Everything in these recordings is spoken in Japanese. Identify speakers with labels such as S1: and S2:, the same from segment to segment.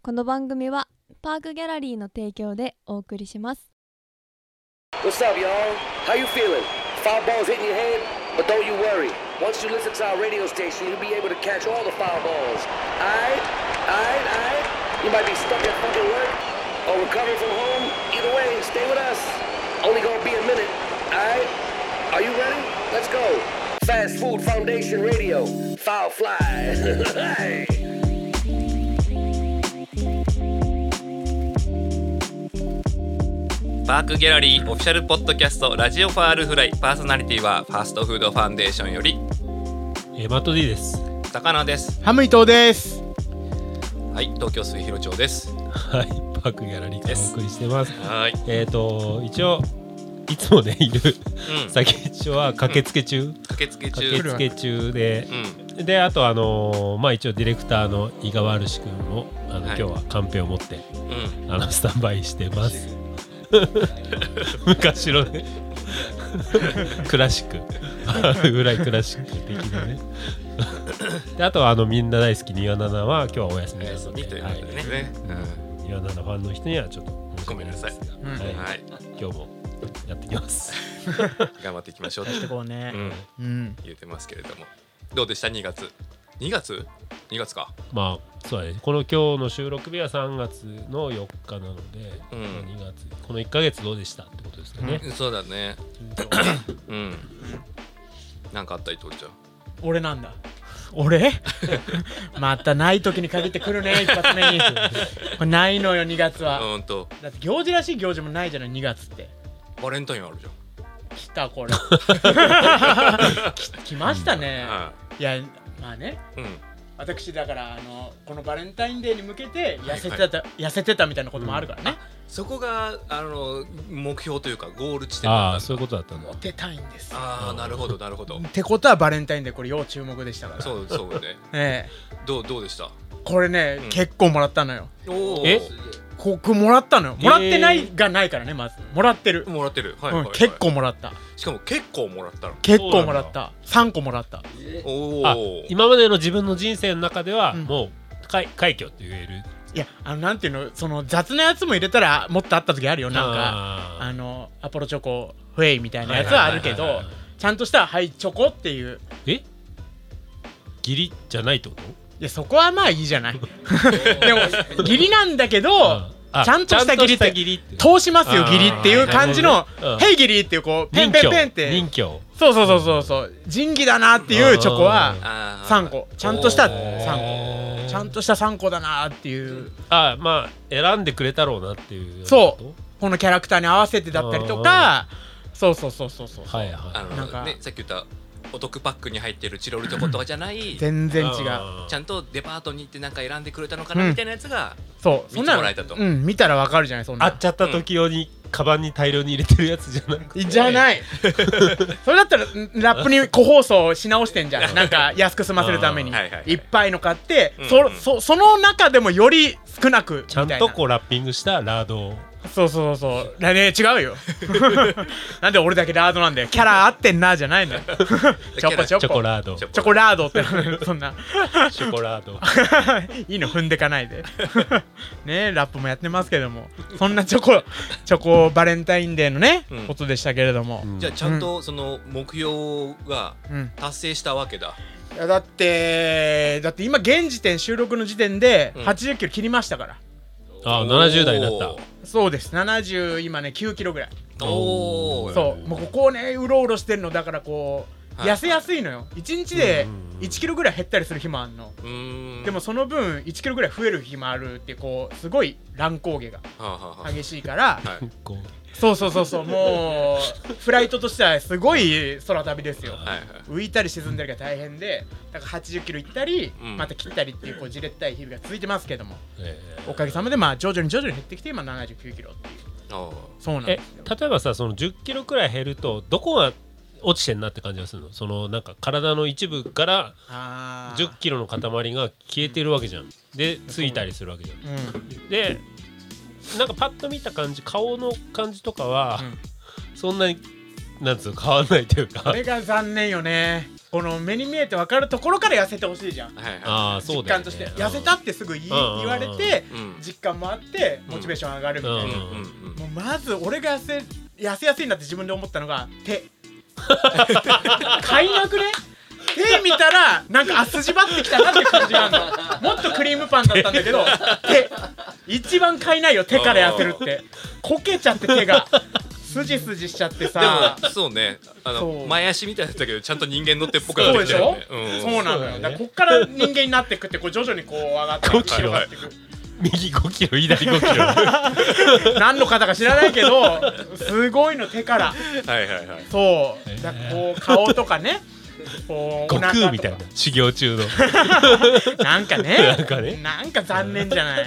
S1: この番組はパークギャラリーの提供でお送りします。
S2: What's up, y'all? How you feeling? Foul balls hitting your head? But don't you worry. Once you listen to our radio station, you'll be able to catch all the foul balls. Aight? Aight? Aight? You might be stuck at fucking work or recovering from home. Either way, stay with us. Only gonna be a minute. Aight? Are you ready? Let's go. Fast Food Foundation Radio. Foul fly. Hey.
S3: パークギャラリーオフィシャルポッドキャストラジオファールフライパーソナリティはファーストフードファンデーションより
S4: えー、マット D です。
S3: 高菜です
S5: ハム伊藤です。
S3: はい東京水広町です
S4: はい、パークギャラリーからお送りしてます。
S3: はい
S4: えっ、と、一応、いつもね、いる、
S3: うん
S4: 先一応は駆けつけ中、
S3: 駆けつけ中
S4: 駆けつけ中で
S3: う、ん
S4: で、あと、あのーまあ一応ディレクターの伊賀わるし君も、あの、
S3: はい
S4: 今日はカンペを持って、
S3: うん
S4: あの、スタンバイしてます。 昔のね、 クラシック、あるぐらいク ラシック的なね。であとはあのみんな大好きにわななは今日はお休み
S3: お
S4: な
S3: 休
S4: ので
S3: みということでね
S4: 岩ナのファンの人にはちょっと申し訳ですが
S5: ん
S3: うん
S4: は、
S3: はいい
S4: 今日もやってきます。
S3: 頑張っていきましょうっ
S5: して
S3: て
S5: こうね
S3: う。ん
S5: うん。
S3: 言ってますけれどもどうでした2月2月2月か
S4: まあそうだね。この今日の収録日は3月の4日なので、
S3: うん
S4: まあ2月この1ヶ月どうでしたってことですかね。
S3: そうだねうんなんかあった伊藤ちゃん
S6: 俺なんだ俺 またない時に限ってくるね一発目にこれないのよ2月は
S3: うんと
S6: だって行事らしい行事もないじゃない2月って
S3: バレンタインあるじ
S6: 来た これき来ましたね
S3: ゃん、はい
S6: やまあね
S3: いうん
S6: 私だからあのこのバレンタインデーに向けて痩せてた、痩せてたみたいなこともあるからね、
S3: そこがあの目標というかゴール地点
S4: あ
S3: だ
S4: あ
S3: った
S4: そ
S3: ん
S4: う
S3: だ
S4: いうことだったんだ
S6: モ。テたいんです
S3: ああなるほどなるほど
S6: ってことはバレンタインデーこれ要注目でしたから
S3: そうそうね
S6: え
S3: どうどうでした
S6: えこれね、
S3: うん
S6: 結構もらったのよ
S3: おー
S4: え
S6: ここもらったのよもらってないがないからねまずもらってる
S3: もらってるはい、はい
S6: うん
S3: はい、
S6: 結構もらった
S3: しかも結構もらったの
S6: 結構もらった3個もらった
S3: お
S4: あ
S3: お
S4: 今までの自分の人生の中では
S6: うん
S4: もう快快挙って言える。
S6: いやあのなんていうのその雑なやつも入れたらもっとあった時あるよなんかあ
S4: か
S6: のアポロチョコフェイみたいなやつはあるけどちゃんとしたはいチョコっていう
S4: えギリじゃないってこと？
S6: いやそこはまあいいじゃない でも義理なんだけど
S4: あ
S6: ちゃんとした義理
S4: ちゃんと
S6: っ
S4: した
S6: て
S4: 義理って
S6: 通しますよ義理っていう感じの
S4: あーなるほどねうん
S6: 「ヘイ義理」っていうこうペンペンペンって
S4: 任侠
S6: そうそうそうそうそう仁義だなっていうチョコは
S3: あ
S6: 3個ちゃんとした3個
S4: 個
S6: ちゃんとした3個だなっていう
S4: あまあ選んでくれたろうなっていう
S6: そうこのキャラクターに合わせてだったりとかそうそうそうそうそう
S4: はい
S3: あ
S4: は
S3: の
S6: なんか
S3: ねさっき言ったお得パックに入ってるチロルチョコとかじゃないち
S6: 全
S4: い
S6: 然違う
S4: あー
S3: ゃんとデパートに行ってなんか選んでくれたのかな、
S6: うん
S3: みたいなやつが
S6: そう
S3: 見
S6: そん
S3: て
S6: な
S3: も
S6: の
S3: らえたと
S6: うん見たらわかるじゃないそん
S4: あ
S6: な
S4: っちゃった時用にカバンに大量に入れてるやつじゃなくて
S6: のじゃない それだったらんラップに個包装し直してんじゃんなんか安く済ませるために
S3: あーはいはいはい
S6: いっぱいの買って
S3: うん
S6: そそその中でもより少なくみ
S4: ち
S6: た
S4: ゃ
S6: い
S4: ん
S6: な
S4: とこうラッピングしたラードを
S6: そうそうそうねね違 うよなんで俺だけラードなんだよキャラ合ってんなじ ゃないのよチョコチョコ
S4: チョコラード
S3: チ
S4: チ
S3: ョコ
S6: チョコラードってそんな
S4: ョコラード
S6: いいの踏んでかないで ねラップもやってますけどもそんなチョコチョコバレンタインデーのね、
S3: うん
S6: ことでしたけれども、
S3: じゃあちゃんとその目標が
S6: うん
S3: 達成したわけだ、
S6: いやだってだって今現時点収録の時点で
S3: うん
S6: 80キロ切りましたから、
S4: あ70代になった
S6: そうです70今ね9キロぐらい
S3: たおお
S6: そうもうここをねうろうろしてるのだからこう
S3: はい
S6: 痩せやすいのよ1日で
S4: うんうんうん
S6: 1キロぐらい減ったりする日もあるの
S3: うーん
S6: でもその分1キロぐらい増える日もあるってこうすごい乱高下が
S3: はあはあはあ
S6: 激しいから
S4: こう
S6: そうそうそうそうもうフライトとしてはすごい空旅ですよ
S3: はいはい
S6: 浮いたり沈んだりが大変でだから8 0キロ行ったり、
S3: うん
S6: また切ったりっていうこうじれったい日々が続いてますけども
S4: え
S6: おかげさまでまあ徐々に徐々に減ってきて今7 9キロっていう
S3: おー
S6: そうなん
S4: ーえ
S6: ですよ
S4: 例えばさその1 0キロくらい減るとどこが落ちてんなって感じがするのそのなんか体の一部から
S6: あ
S4: 1 0キロの塊が消えてるわけじゃんでついたりするわけじゃん
S6: ーうん
S4: でなんかパッと見た感じ顔の感じとかは、
S6: うん
S4: そんなになんつうの変わんないというか
S6: これが残念よねこの目に見えて分かるところから痩せてほしいじゃん
S3: はいは
S4: ああそう
S6: 実
S4: だよ、
S6: 感
S4: ね、
S6: として痩せたってすぐ言い言われて
S3: いうん
S6: 実感もあってモチベーション上がるみたいな
S4: うん
S3: うんうん
S6: もうまず俺が痩せ痩せやすいなって自分で思ったのが手 買いなくね手見たらなんかあ筋張ってきたなって感じがあ るのもっとクリームパンだったんだけど手一番買いないよ手から痩せる ってこけちゃって手が筋筋しちゃってさ
S3: でもそうねあ
S6: そ
S3: の
S6: う
S3: 前足みたいだったけどちゃんと人間乗ってっぽくなってきたよね
S6: そ
S3: ん
S6: そうなのよ
S4: そうだよね
S6: だからこっから人間になってくってこう徐々に こう上がって
S4: 5キロ
S6: 広がってく
S4: 右5キロ左5キロ
S6: 何の方か知らないけどすごいの手から
S3: はいはいはい
S6: そう、
S4: へー
S6: だからこう顔と かねこう
S4: 悟
S6: お腹と
S4: 空
S6: か
S4: みたいな 修行中の
S6: なんかね
S4: なんかね
S6: なんか残念じゃない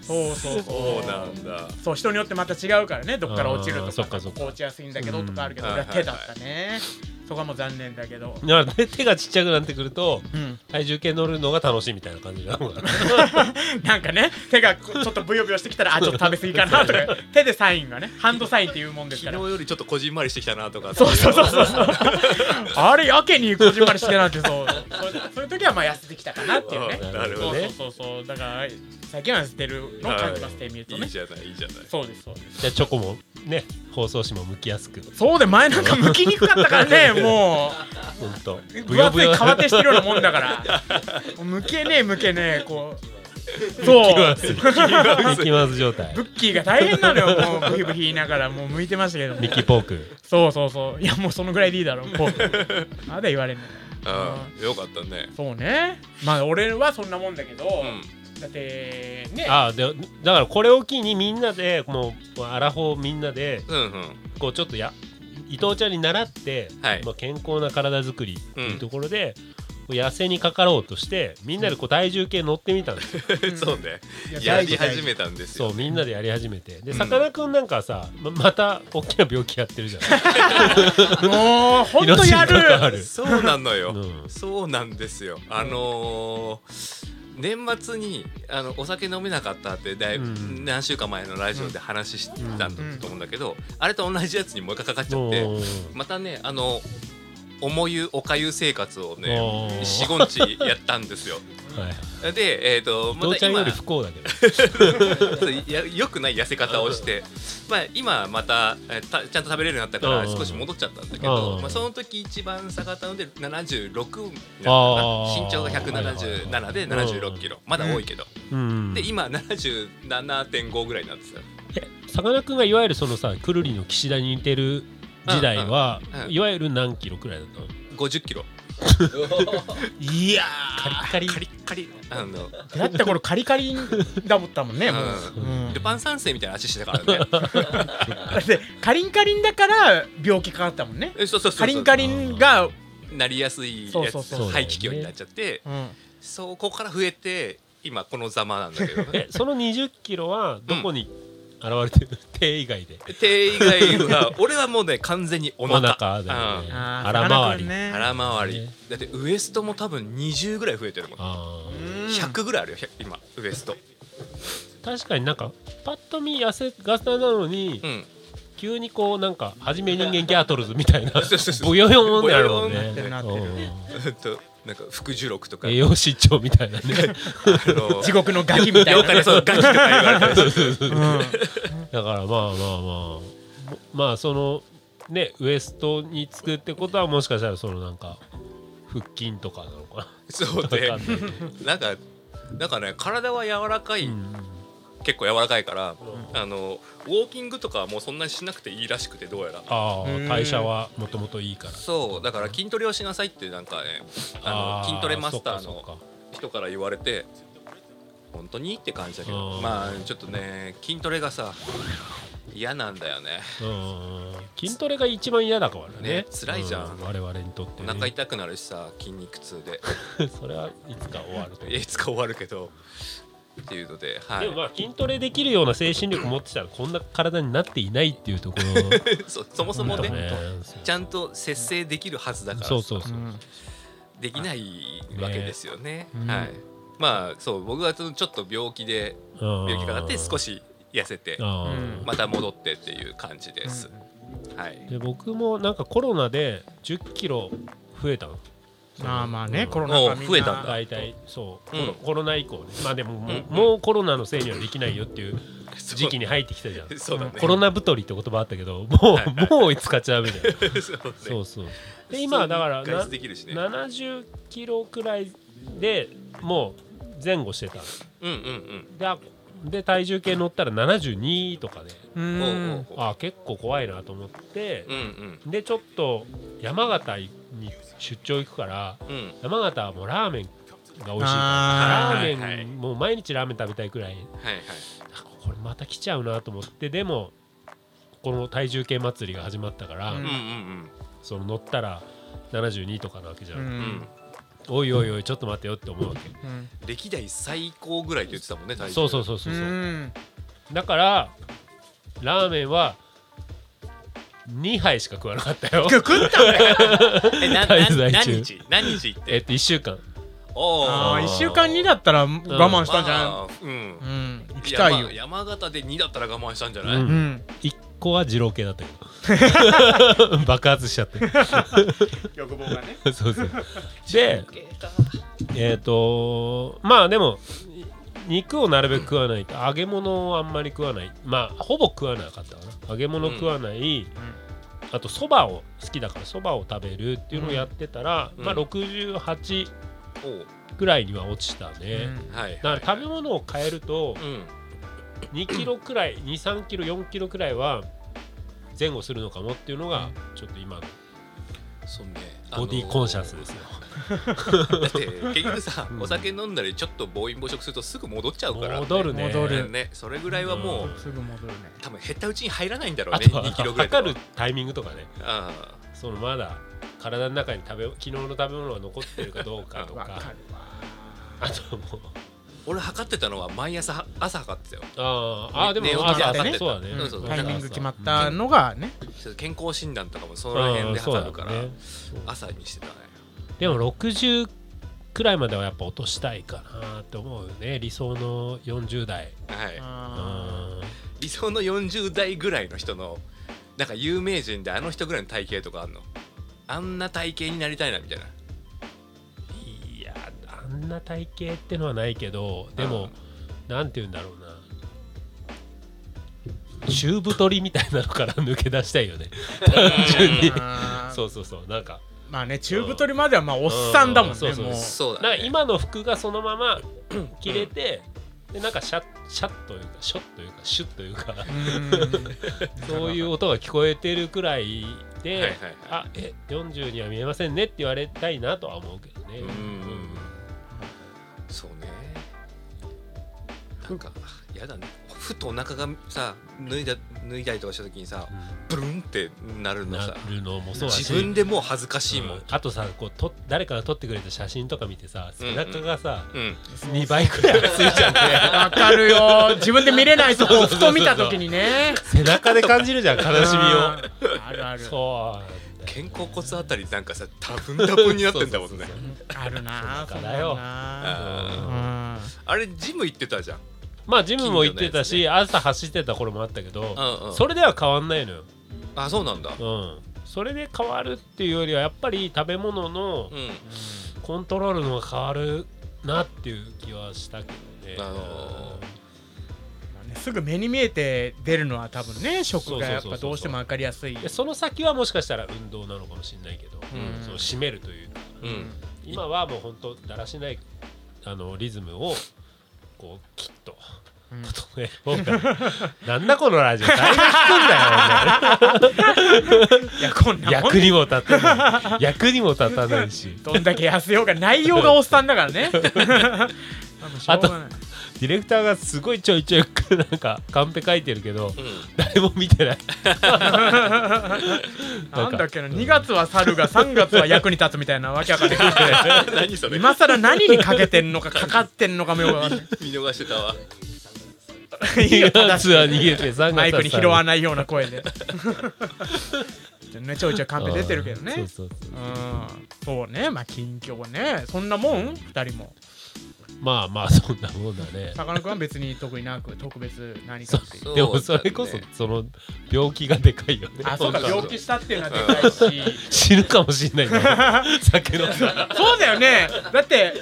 S6: そうそうそ
S3: そううなんだ
S6: そう人によってまた違うからねどっから落ちる
S4: あー
S6: と
S4: そっ
S6: か
S4: かそっか
S6: こう落ちやすいんだけどとかあるけど
S3: うん
S6: 俺は手だったねそこはもう残念だけど
S4: だから手がちっちゃくなってくると
S6: うん
S4: 体重計乗るのが楽しいみたいな感じなの かな
S6: なんかね手がこうちょっとブヨブヨしてきたらあちょっと食べ過ぎか なとか手でサインがねハンドサインっていうもんです
S3: 昨
S6: か
S3: 日
S6: ら
S3: よりちょっとこじんまりしてきたなとか
S6: そうそうそうそううそうあれやけにこじんまりしてなんてそうそうそういう時はまあ痩せてきたかなっていうね
S3: あーなるほど
S4: ね
S6: そうそうそうそうだから最近は痩せてるのを感じますって見ると
S3: い
S6: ね
S3: いじゃないいいじゃない
S6: そうですそうです
S4: じゃあチョコもね包装紙も剥きやすく
S6: そうで前なんか向きにくかった からねも
S4: ほんと
S6: う分厚い皮 手してるようなもんだから向けねえ向けねえこうそう
S4: きますミッキーマウス状態
S6: ブッキーが大変なのよもうブヒブヒ言いながらもう向いてましたけど
S4: ミッキーポーク
S6: そうそうそういやもうそのぐらいでいいだろうこ うまだ言われんの
S3: うんよかったね
S6: そうねまあ俺はそんなもんだけど、
S3: うん
S6: だってね
S4: ああでだからこれを機にみんなでもうアラフォーみんなで
S3: うんうん
S4: こうちょっとや伊藤ちゃんに習って、
S3: はい
S4: まあ、健康な体づくりっていうところで、こう痩せにかかろうとしてみんなでこう体重計乗ってみたんですよ、
S6: ん
S3: そうね
S6: いや
S3: や
S6: 大事
S3: り始めたんです
S4: そ
S3: よ
S4: うみんなでやり始めて
S3: う
S4: で
S3: ん
S4: さかなクンなんかはさままた大きな病気やってるじゃない
S6: もうほ んとや
S4: いろんなことがあ
S6: る
S4: る
S3: そうなのよ
S4: うん
S3: そうなんですよあのー年末にあのお酒飲めなかったってだい
S4: うん
S3: 何週間前のラジオで話してたんだと思うんだけどあれと同じやつにもう一回かかっちゃって
S4: おー
S3: またねあの重湯おかゆ生活をね
S4: おー
S3: 45日やったんですよ
S4: はい
S3: でえっ、と
S4: 伊
S3: ま
S4: 藤ち
S3: た
S4: ゃん
S3: 今
S4: より不幸だけど
S3: やよくない痩せ方をして、まあ、今またえーたちゃんと食べれるようになったから
S4: うん
S3: 少し戻っちゃったんだけど、
S4: うん
S3: まあ、その時一番下がったので76だったかな
S4: あー
S3: 身長が177で76キロまだ多いけど、
S4: うん
S3: で今77.5ぐらいなんですよ
S4: さかなクンがいわゆるそのさくるりの岸田に似てる時代は、
S3: うんうんうん
S4: いわゆる何キロくらいだったの
S3: 50キロ
S6: いや
S4: カリ
S3: カリッカリあの、
S6: ーだってこれカリカリだもったもんねもう、
S3: う
S6: うん
S3: ん、ル
S6: だ
S3: パン三世みたいな足してたからね
S6: ってカリンカリンだから病気かかったもんね
S3: えそうそうそうそう
S6: カリンカリンが、
S3: なりやすいやつ
S6: そうそうそう
S3: 排気胸になっちゃって
S6: うん、
S3: そこから増えて今このざまなんだけどね
S4: えその20キロはどこに現れてる、手以外で
S3: 手以外 は俺はもうね完全にお
S4: お
S3: 腹
S4: 腹だよね
S6: あー
S4: 腹回り、
S6: 魚くんね
S3: うん腹回り
S4: ね
S3: だってウエストも多分20ぐらい増えてるもん
S4: あー
S6: うん
S3: 100ぐらいあるよ100今ウエスト
S4: 確かになんかパッと見痩せがたなのに、
S3: うん
S4: 急にこうなんか「はじめ人間ギャートルズ」みたいな
S3: そうそうそう
S4: ボヨヨーンってなるも
S3: ボ
S4: ん
S3: ヨヨーン
S4: ね
S3: って
S6: なってる
S4: うん
S3: えっとなんか副十六とか
S4: 栄養失調みたいなね
S3: あの
S6: 地獄のガキみたい
S3: 妖怪
S6: な、
S3: そうガキとか言われたりする
S6: う
S4: だ
S6: ん、
S4: からまあまあまあまあそのねウエストにつくってことはもしかしたらそのなんか腹筋とかなのか
S3: そう
S4: な
S3: で
S4: わかんないけど
S3: なんかなんかね体は柔らかい、結構柔らかいから、あのウォーキングとかはもうそんなにしなくていいらしくてどうやら
S4: ああ
S6: うん
S4: 代謝はもともといいから
S3: そうだから筋トレをしなさいってなんかねあの
S4: ー
S3: 筋トレマスター
S4: そっかそ
S3: の
S4: っか
S3: 人から言われて本当にって感じだけ
S4: う
S3: ど
S4: ん
S3: まあちょっとね筋トレがさ嫌なんだよね
S4: うん筋トレが一番嫌だからね
S3: ね辛いじゃん
S4: う我々にとって
S3: お
S4: ね
S3: 腹痛くなるしさ筋肉痛で
S4: それはいつか終わると
S3: いつか終わるけどっていうのでは
S4: で
S3: い
S4: もまあ筋トレできるような精神力持ってたらこんな体になっていないっていうところ
S3: そそも そも
S4: だ
S3: ね
S4: ね
S3: ちゃんと節制できるはずだから
S4: そうそうそう
S3: できないわけですよね
S4: ねうん
S3: はいまあそう僕はちょっと病気で病気があって少し痩せて
S4: あー
S6: うん
S3: また戻ってっていう感じです、はい
S4: で僕もなんかコロナで1 0キロ増えたの
S6: まあまあね、
S4: うん
S6: コロナ禍
S3: もう
S6: みんな
S3: 増えたんだ
S4: 大体そう、コ
S3: うん
S4: ロコロナ以降ねまあでももう,、
S3: うん
S4: もうコロナのせいにはできないよっていう時期に入ってきたじゃん
S3: そうそうだね
S4: コロナ太りって言葉あったけど も
S3: はいう
S4: もう使っちゃダメじゃ ん
S3: そうだね
S4: そうそうで今はだから
S3: 外
S4: な
S3: 出できるしね
S4: 70キロくらいでもう前後してた
S3: うんうん
S4: でで体重計乗ったら72とかで
S6: う
S3: うん
S6: ん
S3: おうおうおう
S4: あ結構怖いなと思って
S3: う、ん
S4: でちょっと山形に出張行くから
S3: うんうん
S4: 山形はもうラーメンが美味しいから
S6: あ
S4: ラー
S6: ー
S4: メン、
S3: はいはい
S4: もう毎日ラーメン食べたいくらい
S3: はいはい
S4: あこれまた来ちゃうなと思ってでもこの体重計祭りが始まったから、
S6: う
S3: うんんうん
S4: その乗ったら72とかなわけじゃん、
S6: うん
S3: うんうん
S4: おいおいおいちょっと待ってよって思うわけ、
S6: うん
S3: 歴代最高ぐらいって言ってたもんね体重
S4: そうそうそう
S6: う
S4: そうそう、
S6: ん
S4: だからラーメンは2杯しか食わなかったよ
S6: 食ったね
S3: え なな
S4: 滞在中
S3: 何日何日行っ
S4: えってと1週間
S3: おー
S6: ああ1週間にだったら我慢したんじゃ
S3: まあうん
S6: ないうん行きたいよ
S3: 山山形で2だったら我慢したんじゃない、
S4: うん
S6: うん
S4: 1個は二郎系だったけど 爆発しちゃって
S6: 欲望がね
S4: そう そうでえっ、とまあでもい肉をなるべく食わないと揚げ物をあんまり食わないまあほぼ食わなかったかな揚げ物食わない、あとそばを好きだからそばを食べるっていうのをやってたら、
S3: うん
S4: まあ68
S3: おう
S4: ぐらいには落ちたね、
S3: はい
S4: だから食べ物を変えると
S3: うん
S4: 2キロくらい23キロ4キロくらいは前後するのかもっていうのがちょっと今の
S3: そうね
S4: ボディーコンシャスですね、
S3: あのだって結局さ
S4: うん
S3: お酒飲んだりちょっと暴飲暴食するとすぐ戻っちゃうから
S4: 戻るね
S6: 戻る
S3: ねそれぐらいはもう、
S4: うん
S6: すぐ戻るね
S3: 多分減ったうちに入らないんだろう
S4: あ
S3: ね
S4: とは
S3: 2キロぐらいと
S4: 測るタイミングとかね
S3: あ
S4: そのまだ体の中に食べ昨日の食べ物が残ってるかどうかと
S6: わ
S4: か
S6: かるわ
S4: あともう
S3: あ俺測ってたのは毎朝朝測ってたよ
S4: あーあーでも
S3: 寝起き
S4: 朝
S6: で
S4: 朝
S6: ね
S4: そうだね
S3: うんそうそう
S6: タイミング決まったのがね
S3: ちょっと健康診断とかもそ
S4: そ
S3: の辺で
S4: そう
S3: 挟
S4: だ
S3: むから、
S4: ね
S3: 朝にしてたね
S4: でも60くらいまではやっぱ落としたいかなって思うよね理想の40代
S3: はい
S6: あ
S4: あ
S3: 理想の40代ぐらいの人のなんか有名人であの人ぐらいの体型とかあんのあんな体型になりたいなみたいない
S4: やあんな体型ってのはないけどでも、なんて言うんだろうな中太りみたいなのから抜け出したいよね単純に
S6: ーあ ー
S4: そうそうそうなんか
S6: まあね中太りまではまあおっさんだもん
S4: うんそ
S6: ね
S4: うそう
S6: もう
S3: そうだ
S4: なん
S3: ね
S4: か今の服がそのまま着れて、でなんかシャッシャッというかショッというかシュッというか
S6: うん
S4: そういう音が聞こえてるくらいで、
S3: はいはいはい
S4: あえ40には見えませんねって言われたいなとは思うけどね、
S3: うんそうねなんかやだねふとお腹がさ脱いだ脱いだりとかした時にさブルンってなる
S4: うん
S3: の
S4: な
S3: さ
S4: るのもそうだし
S3: 自分でもう恥ずかしいもん
S4: うんあとさこうと誰かが撮ってくれた写真とか見てさ背中がさ、
S3: うん
S4: 2倍くらい熱いじゃんね
S6: わかるよ自分で見れないとこをふと見た時にね
S4: 背中で感じるじ ゃん悲し
S6: あ
S4: み
S6: ーあるあ
S4: を
S6: る
S4: そう
S3: 肩甲骨あたりなんかさダブンダブンになってんだもん
S4: そうそ
S3: ね
S4: うそう
S6: あるな
S4: そうだからよ
S6: そんな
S3: あ
S6: の
S3: ー
S6: な
S3: あれジム行ってたじゃん
S4: まあジムも行ってたし、
S3: 近
S4: 朝走ってた頃もあったけど、
S3: うんうん
S4: それでは変わんないのよ、
S3: あそうなんだ
S4: うん、それで変わるっていうよりはやっぱり食べ物の
S3: うん
S4: コントロールのが変わるなっていう気はしたけどね、
S3: なるほど
S6: うんねすぐ目に見えて出るのは多分ね食がやっ
S4: そうそうそうそ
S6: ぱ
S4: う
S6: どうしても分かりやすい
S4: でその先はもしかしたら運動なのかもしれないけど、
S6: うん
S4: その締めるというか
S3: うん
S4: 今はもう本当だらしないあのリズムをこうきっと
S6: うん
S4: 整えようかななんだこのラジオ誰が聞くんだよ
S6: いやこん
S4: お前
S6: なもん
S4: 役にも立たない 役にも立たないし
S6: どんだけ痩せようが内容がおっさんだから ねあもうしょうがない
S4: ディレクターがすごいちょいちょいなんかカンペ書いてるけど
S3: うん
S4: 誰も見てない
S6: なんだっけな
S4: うん
S6: 2月は猿が3月は役に立つみたいなわけわかんない
S3: 何それ
S6: 今更何にかけてんのかかかってんのかもよくわかんない
S3: 見逃してたわ
S6: いいよ
S4: 2月は逃げて3月は
S6: マイクに拾わ
S4: な
S6: ないような声でねちょいちょいカンペ出てるけど
S4: そう
S6: ね
S4: そうそう
S6: うんそうねまあ近況ねそんなもん2人も
S4: まあまあそんなもんだね
S6: さかなクンは別に特になく特別何かっていう
S3: そう
S4: でもそれこそその病気がでかいよね
S6: あそうか
S3: そうそう
S6: 病気したっていうのはでかいし
S4: 死ぬかもしん ないんだもん酒のさ
S6: そうだよねだって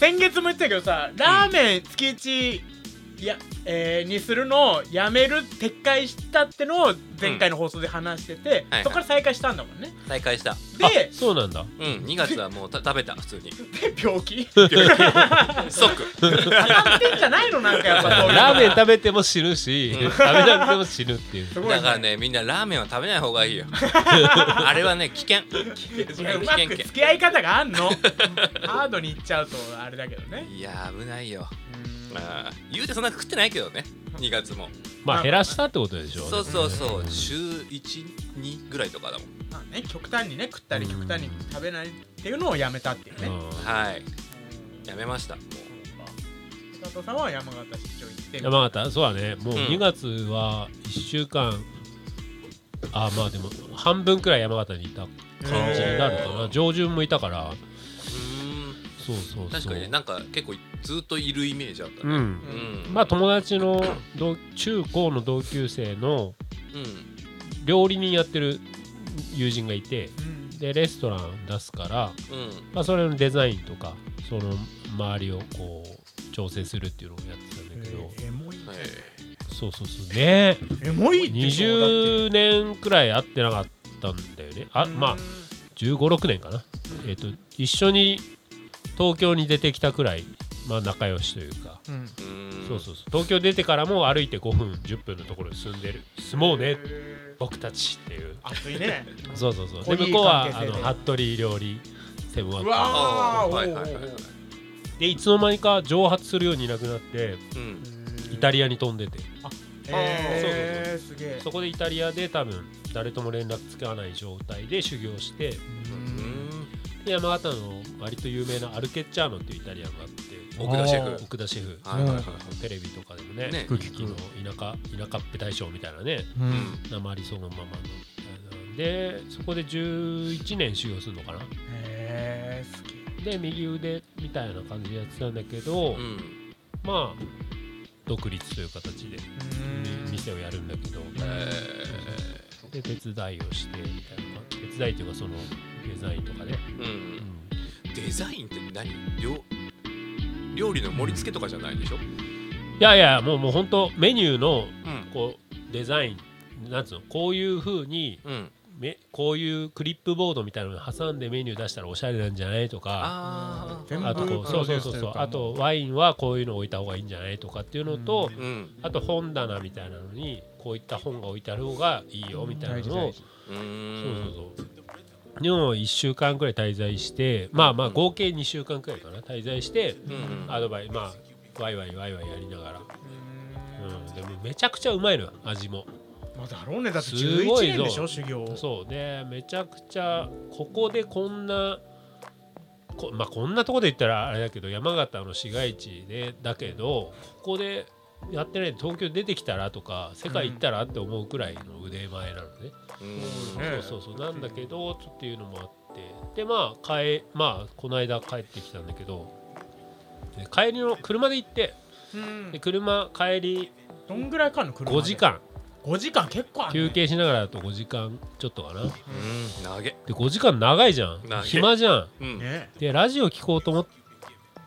S6: 先月も言ってたけどさラーメン月一や、えーにするのをやめる撤回したってのを前回の放送で話してて、
S3: はいはい
S6: そこから再開したんだもんね
S3: 再開した
S6: で
S4: そうなんだ
S3: うん2月はもうた食べた普通 に
S6: で病気
S3: 即
S6: 当たってんじゃないのなんかやっぱそういう の
S4: ラーメン食べても死ぬし
S3: うん
S4: 食べなくても死ぬっていう
S6: すごいね
S3: だからねみんなラーメンは食べない方がいいよあれはね危険
S6: いやうまく付き合い方があんのハードにいっちゃうとあれだけどね
S3: いや危ないよ
S6: うん
S3: まあ言うてそんな食ってないけどね2月も
S4: まあ減らしたってことでしょ
S3: そうそうそう週12ぐらいとかだもん
S6: まあね極端にね食ったり極端に食べないっていうのをやめたっていうね、
S4: うん
S3: はいやめましたもう
S6: 佐藤さんは山形市長行って
S4: 山形そうだねもううん2月は1週間あまあでも半分くらい山形にいた感じになるか
S3: へ
S4: な
S3: ー
S4: 上旬もいたから
S3: う
S4: そうそうそ
S3: ん
S4: う
S3: 確かにねなんか結構ずっといるイメージあった
S4: う
S3: ね
S4: ん
S3: うん
S4: まあ友達の同中高の同級生の
S3: うん
S4: 料理人やってる友人がいて
S6: うん
S4: でレストラン出すから、
S3: うん
S4: まあ、それのデザインとかその周りをこう調整するっていうのをやってたんだけど、
S6: エモいね
S3: はい
S4: そうそうそう ね
S6: エモいって
S4: 20年くらい会ってなかったんだよねあまあ1 5 6年かな、えっと一緒に東京に出てきたくらい、まあ、仲良しというか、
S6: うん
S3: うん
S4: そうそうそう東京出てからも歩いて5分10分のところに住んでる住もうね僕たちっていう
S6: 熱いね
S4: そうそうそう
S6: こう
S4: で
S6: いい
S4: 向こうは
S6: 関係
S4: あ
S6: 性で
S4: の服部料理セブンワー
S6: う
S4: ク
S6: わ
S3: あ
S6: ー
S3: あ
S6: おー
S3: はいはいはいはい
S4: でいつの間にか蒸発するようにいなくなって
S3: うん
S4: イタリアに飛んでて
S6: へーすげえ
S4: そこでイタリアで多分誰とも連絡つかない状態で修行して
S3: うん
S4: で山形の割と有名なアルケッチャーノっていうイタリアンがあって
S3: 奥田シェフ
S4: 奥田シェフ
S3: はいはいはいはい
S4: テレビとかでもね
S3: ね
S4: 空気の田舎田舎っぺ大将みたいなね
S6: う
S3: うんん
S4: 生ありそうのままのでそこで11年修行するのかな
S6: へーすげえ
S4: で右腕みたいな感じでやってたんだけ
S3: う
S4: ど、
S3: ん
S4: まあ独立という形で店をやるんだけど、
S3: え
S4: で手伝いをしてみたいな手伝いというかそのデザインとかね、
S3: ーうんデザインって何料料理の盛り付けとかじゃないでしょ
S4: いやいやもうもう本当メニューの
S3: うん
S4: こうデザインなんつうのこういう風に
S3: うん
S4: めこういうクリップボードみたいなのに挟んでメニュー出したらおしゃれなんじゃないとか
S3: あ
S6: 全部
S4: あとこうそうそうそうそうあとワインはこういうの置いた方がいいんじゃないとかっていうのと、
S3: あうん
S4: あと本棚みたいなのにこういった本が置いてある方がいいよみたいなのを
S6: 大事
S3: うん
S4: そうそうそうでも1週間くらい滞在してまあまあ合計2週間くらいかな滞在して
S3: うんうん
S4: アドバイまあワイワイワイワイやりながら、うん、でもめちゃくちゃうまいのよ味も
S6: まあだろうねだって
S4: すごい
S6: 11
S4: ぞ
S6: 年でしょ修行
S4: そうねめちゃくちゃここでこんなこ,、まあ、こんなとこで言ったらあれだけど山形の市街地でだけどここでやってないで東京出てきたらとか世界行ったらって思うくらいの腕前なのね、
S3: うん
S6: ね
S4: そうそうそうなんだけどっていうのもあってでまあ帰まあこの間帰ってきたんだけどで帰りの車で行って
S6: うん
S4: で車帰り
S6: どんぐらいかかんの車で
S4: 5時間
S6: 5時間結構ある
S4: 休
S6: ね
S4: 憩しながらだと5時間ちょっとかな
S3: うん投げ
S4: で5時間長いじゃん
S3: 長い
S4: 暇じゃん
S3: うん
S6: ね
S4: でラジオ聞こうと思っ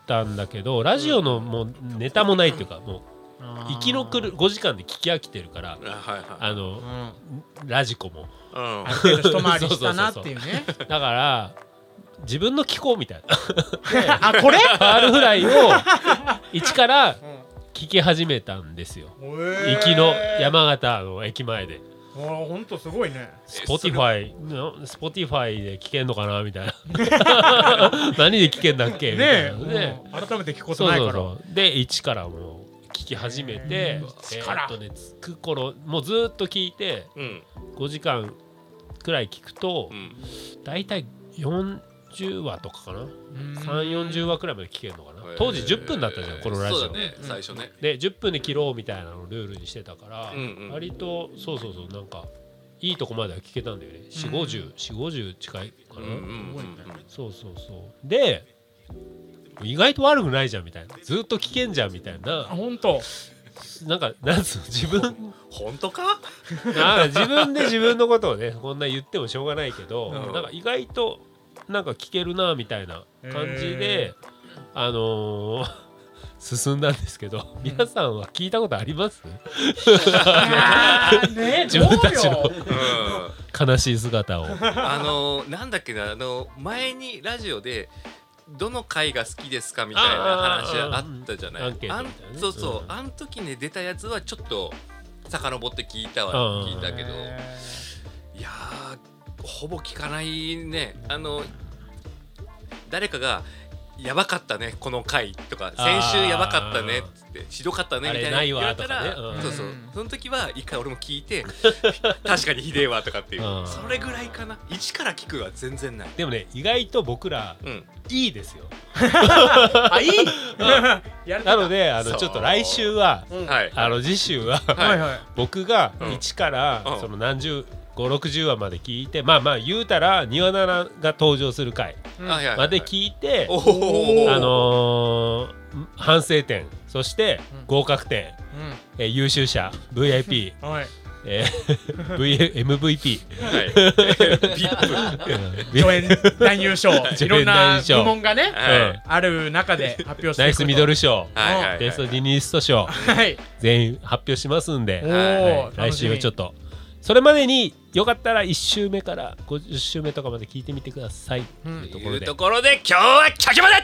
S4: たんだけどラジオのもうネタもないっていうかもう
S6: あー
S4: 行きのくる5時間で聞き飽きてるから
S3: あは
S4: あ
S6: う
S4: の
S6: ん
S4: ラジコも
S3: いは
S6: ある程度一回りした なっていうね。
S4: だから自分の聞こうみたいな
S6: あ、これ
S4: パールフ ライを一から聞き始めたんですよ行きの。山形の駅前で
S6: わあ、ほんとすごいね。
S4: Spotify の Spotify で聞けんのかなみた いな何で聞けんだっけみたい
S6: ね
S4: な
S6: え、
S4: ね
S6: もう改めて聞くこと
S4: そう
S6: ない
S4: そ
S6: か
S4: う
S6: ら。
S4: そうで一からもう聞き始めて
S6: うん
S4: え
S6: 力
S4: ーっとねつく頃もうずーっと聞いて
S3: うん
S4: 5時間くらい聞くと
S3: うん
S4: 大体40話とかかな
S6: うん
S4: 340話くらいまで聞けるのかな当時10分だったじゃんこのラジ
S3: そ
S4: オ
S3: うだね最初ね
S4: で10分で切ろうみたいなのをルールにしてたから、
S3: うんうん
S4: 割とそうそうそうなんかいいとこまでは聞けたんだよね4 5 0 4 5 0近いか
S3: う
S4: な、
S3: んうんうん
S6: すごいね
S4: そうそうそうで意外と悪くないじゃんみたいなずっと危険じゃんみたい
S6: あ
S4: な
S6: 本当
S4: なんかなんつうの自分
S3: 本当か
S4: なんか自分で自分のことをねこんな言ってもしょうがないけど、
S3: うん
S4: なんか意外となんか聞けるなみたいな感じで、あのー 進んだんですけど皆さんは聞いたことあります
S6: いやーね え
S4: 自分たちの
S6: どうよ
S3: うん
S4: 悲しい姿を。
S3: あのなんだっけなあの前にラジオでどの回が好きですかみたいな話あったじゃない
S4: あーあーあーアンケート
S3: あ
S4: み
S3: ん
S4: たいなね
S3: そうそう、
S4: うん
S3: あん時ね出たやつはちょっと遡って聞いた
S4: うん
S3: わ聞いたけど
S6: え
S3: いやーほぼ聞かないねあの誰かが「やばかったねこの回」とか「
S4: あー
S3: 先週やばかったね」っつって「ひどかったね」みたいな
S4: あれない
S3: 言
S4: わ
S3: われたら、
S4: とかねうん
S3: そうそう
S6: うん
S3: その時は一回俺も聞い て確かにひでえわとかっていう
S4: うん
S3: それぐらいかな一から聞くは全然ない。
S4: でもね意外と僕ら
S3: うん、
S4: いいですよ
S6: ー あいいやる
S4: なのであの
S3: そう
S4: ちょっと来週は
S3: はい
S4: あの次週は
S6: はいはい
S4: 僕が
S3: うん
S4: 1から
S3: うん
S4: その何十560話まで聞いてまあまあ言うたら庭菜々が登場する回
S6: うん
S3: はいはい
S4: まで聞いて
S3: おお
S4: あのー反省点そして
S6: うん
S4: 合格点
S6: う
S4: えー優秀者 VIP
S6: んはい
S4: えー V- MVP
S3: はい、ビップ
S6: 助演男優賞いろん
S4: 助演
S6: な
S4: 男優賞
S6: 部門がね
S3: は
S4: うん
S3: い
S6: ある中で発表し て
S4: ナイスミドル
S6: 賞
S4: 賞
S3: はいはいはい
S4: ベストジニスト賞
S6: はい
S4: 全員発表しますんで
S6: お
S3: は
S6: お
S4: 来週はちょっとそれまでによかったら1週目から50週目とかまで聞いてみてください、
S6: うん
S4: というとこ
S3: い
S4: ろ
S3: う
S4: で
S3: ところで今日は客まで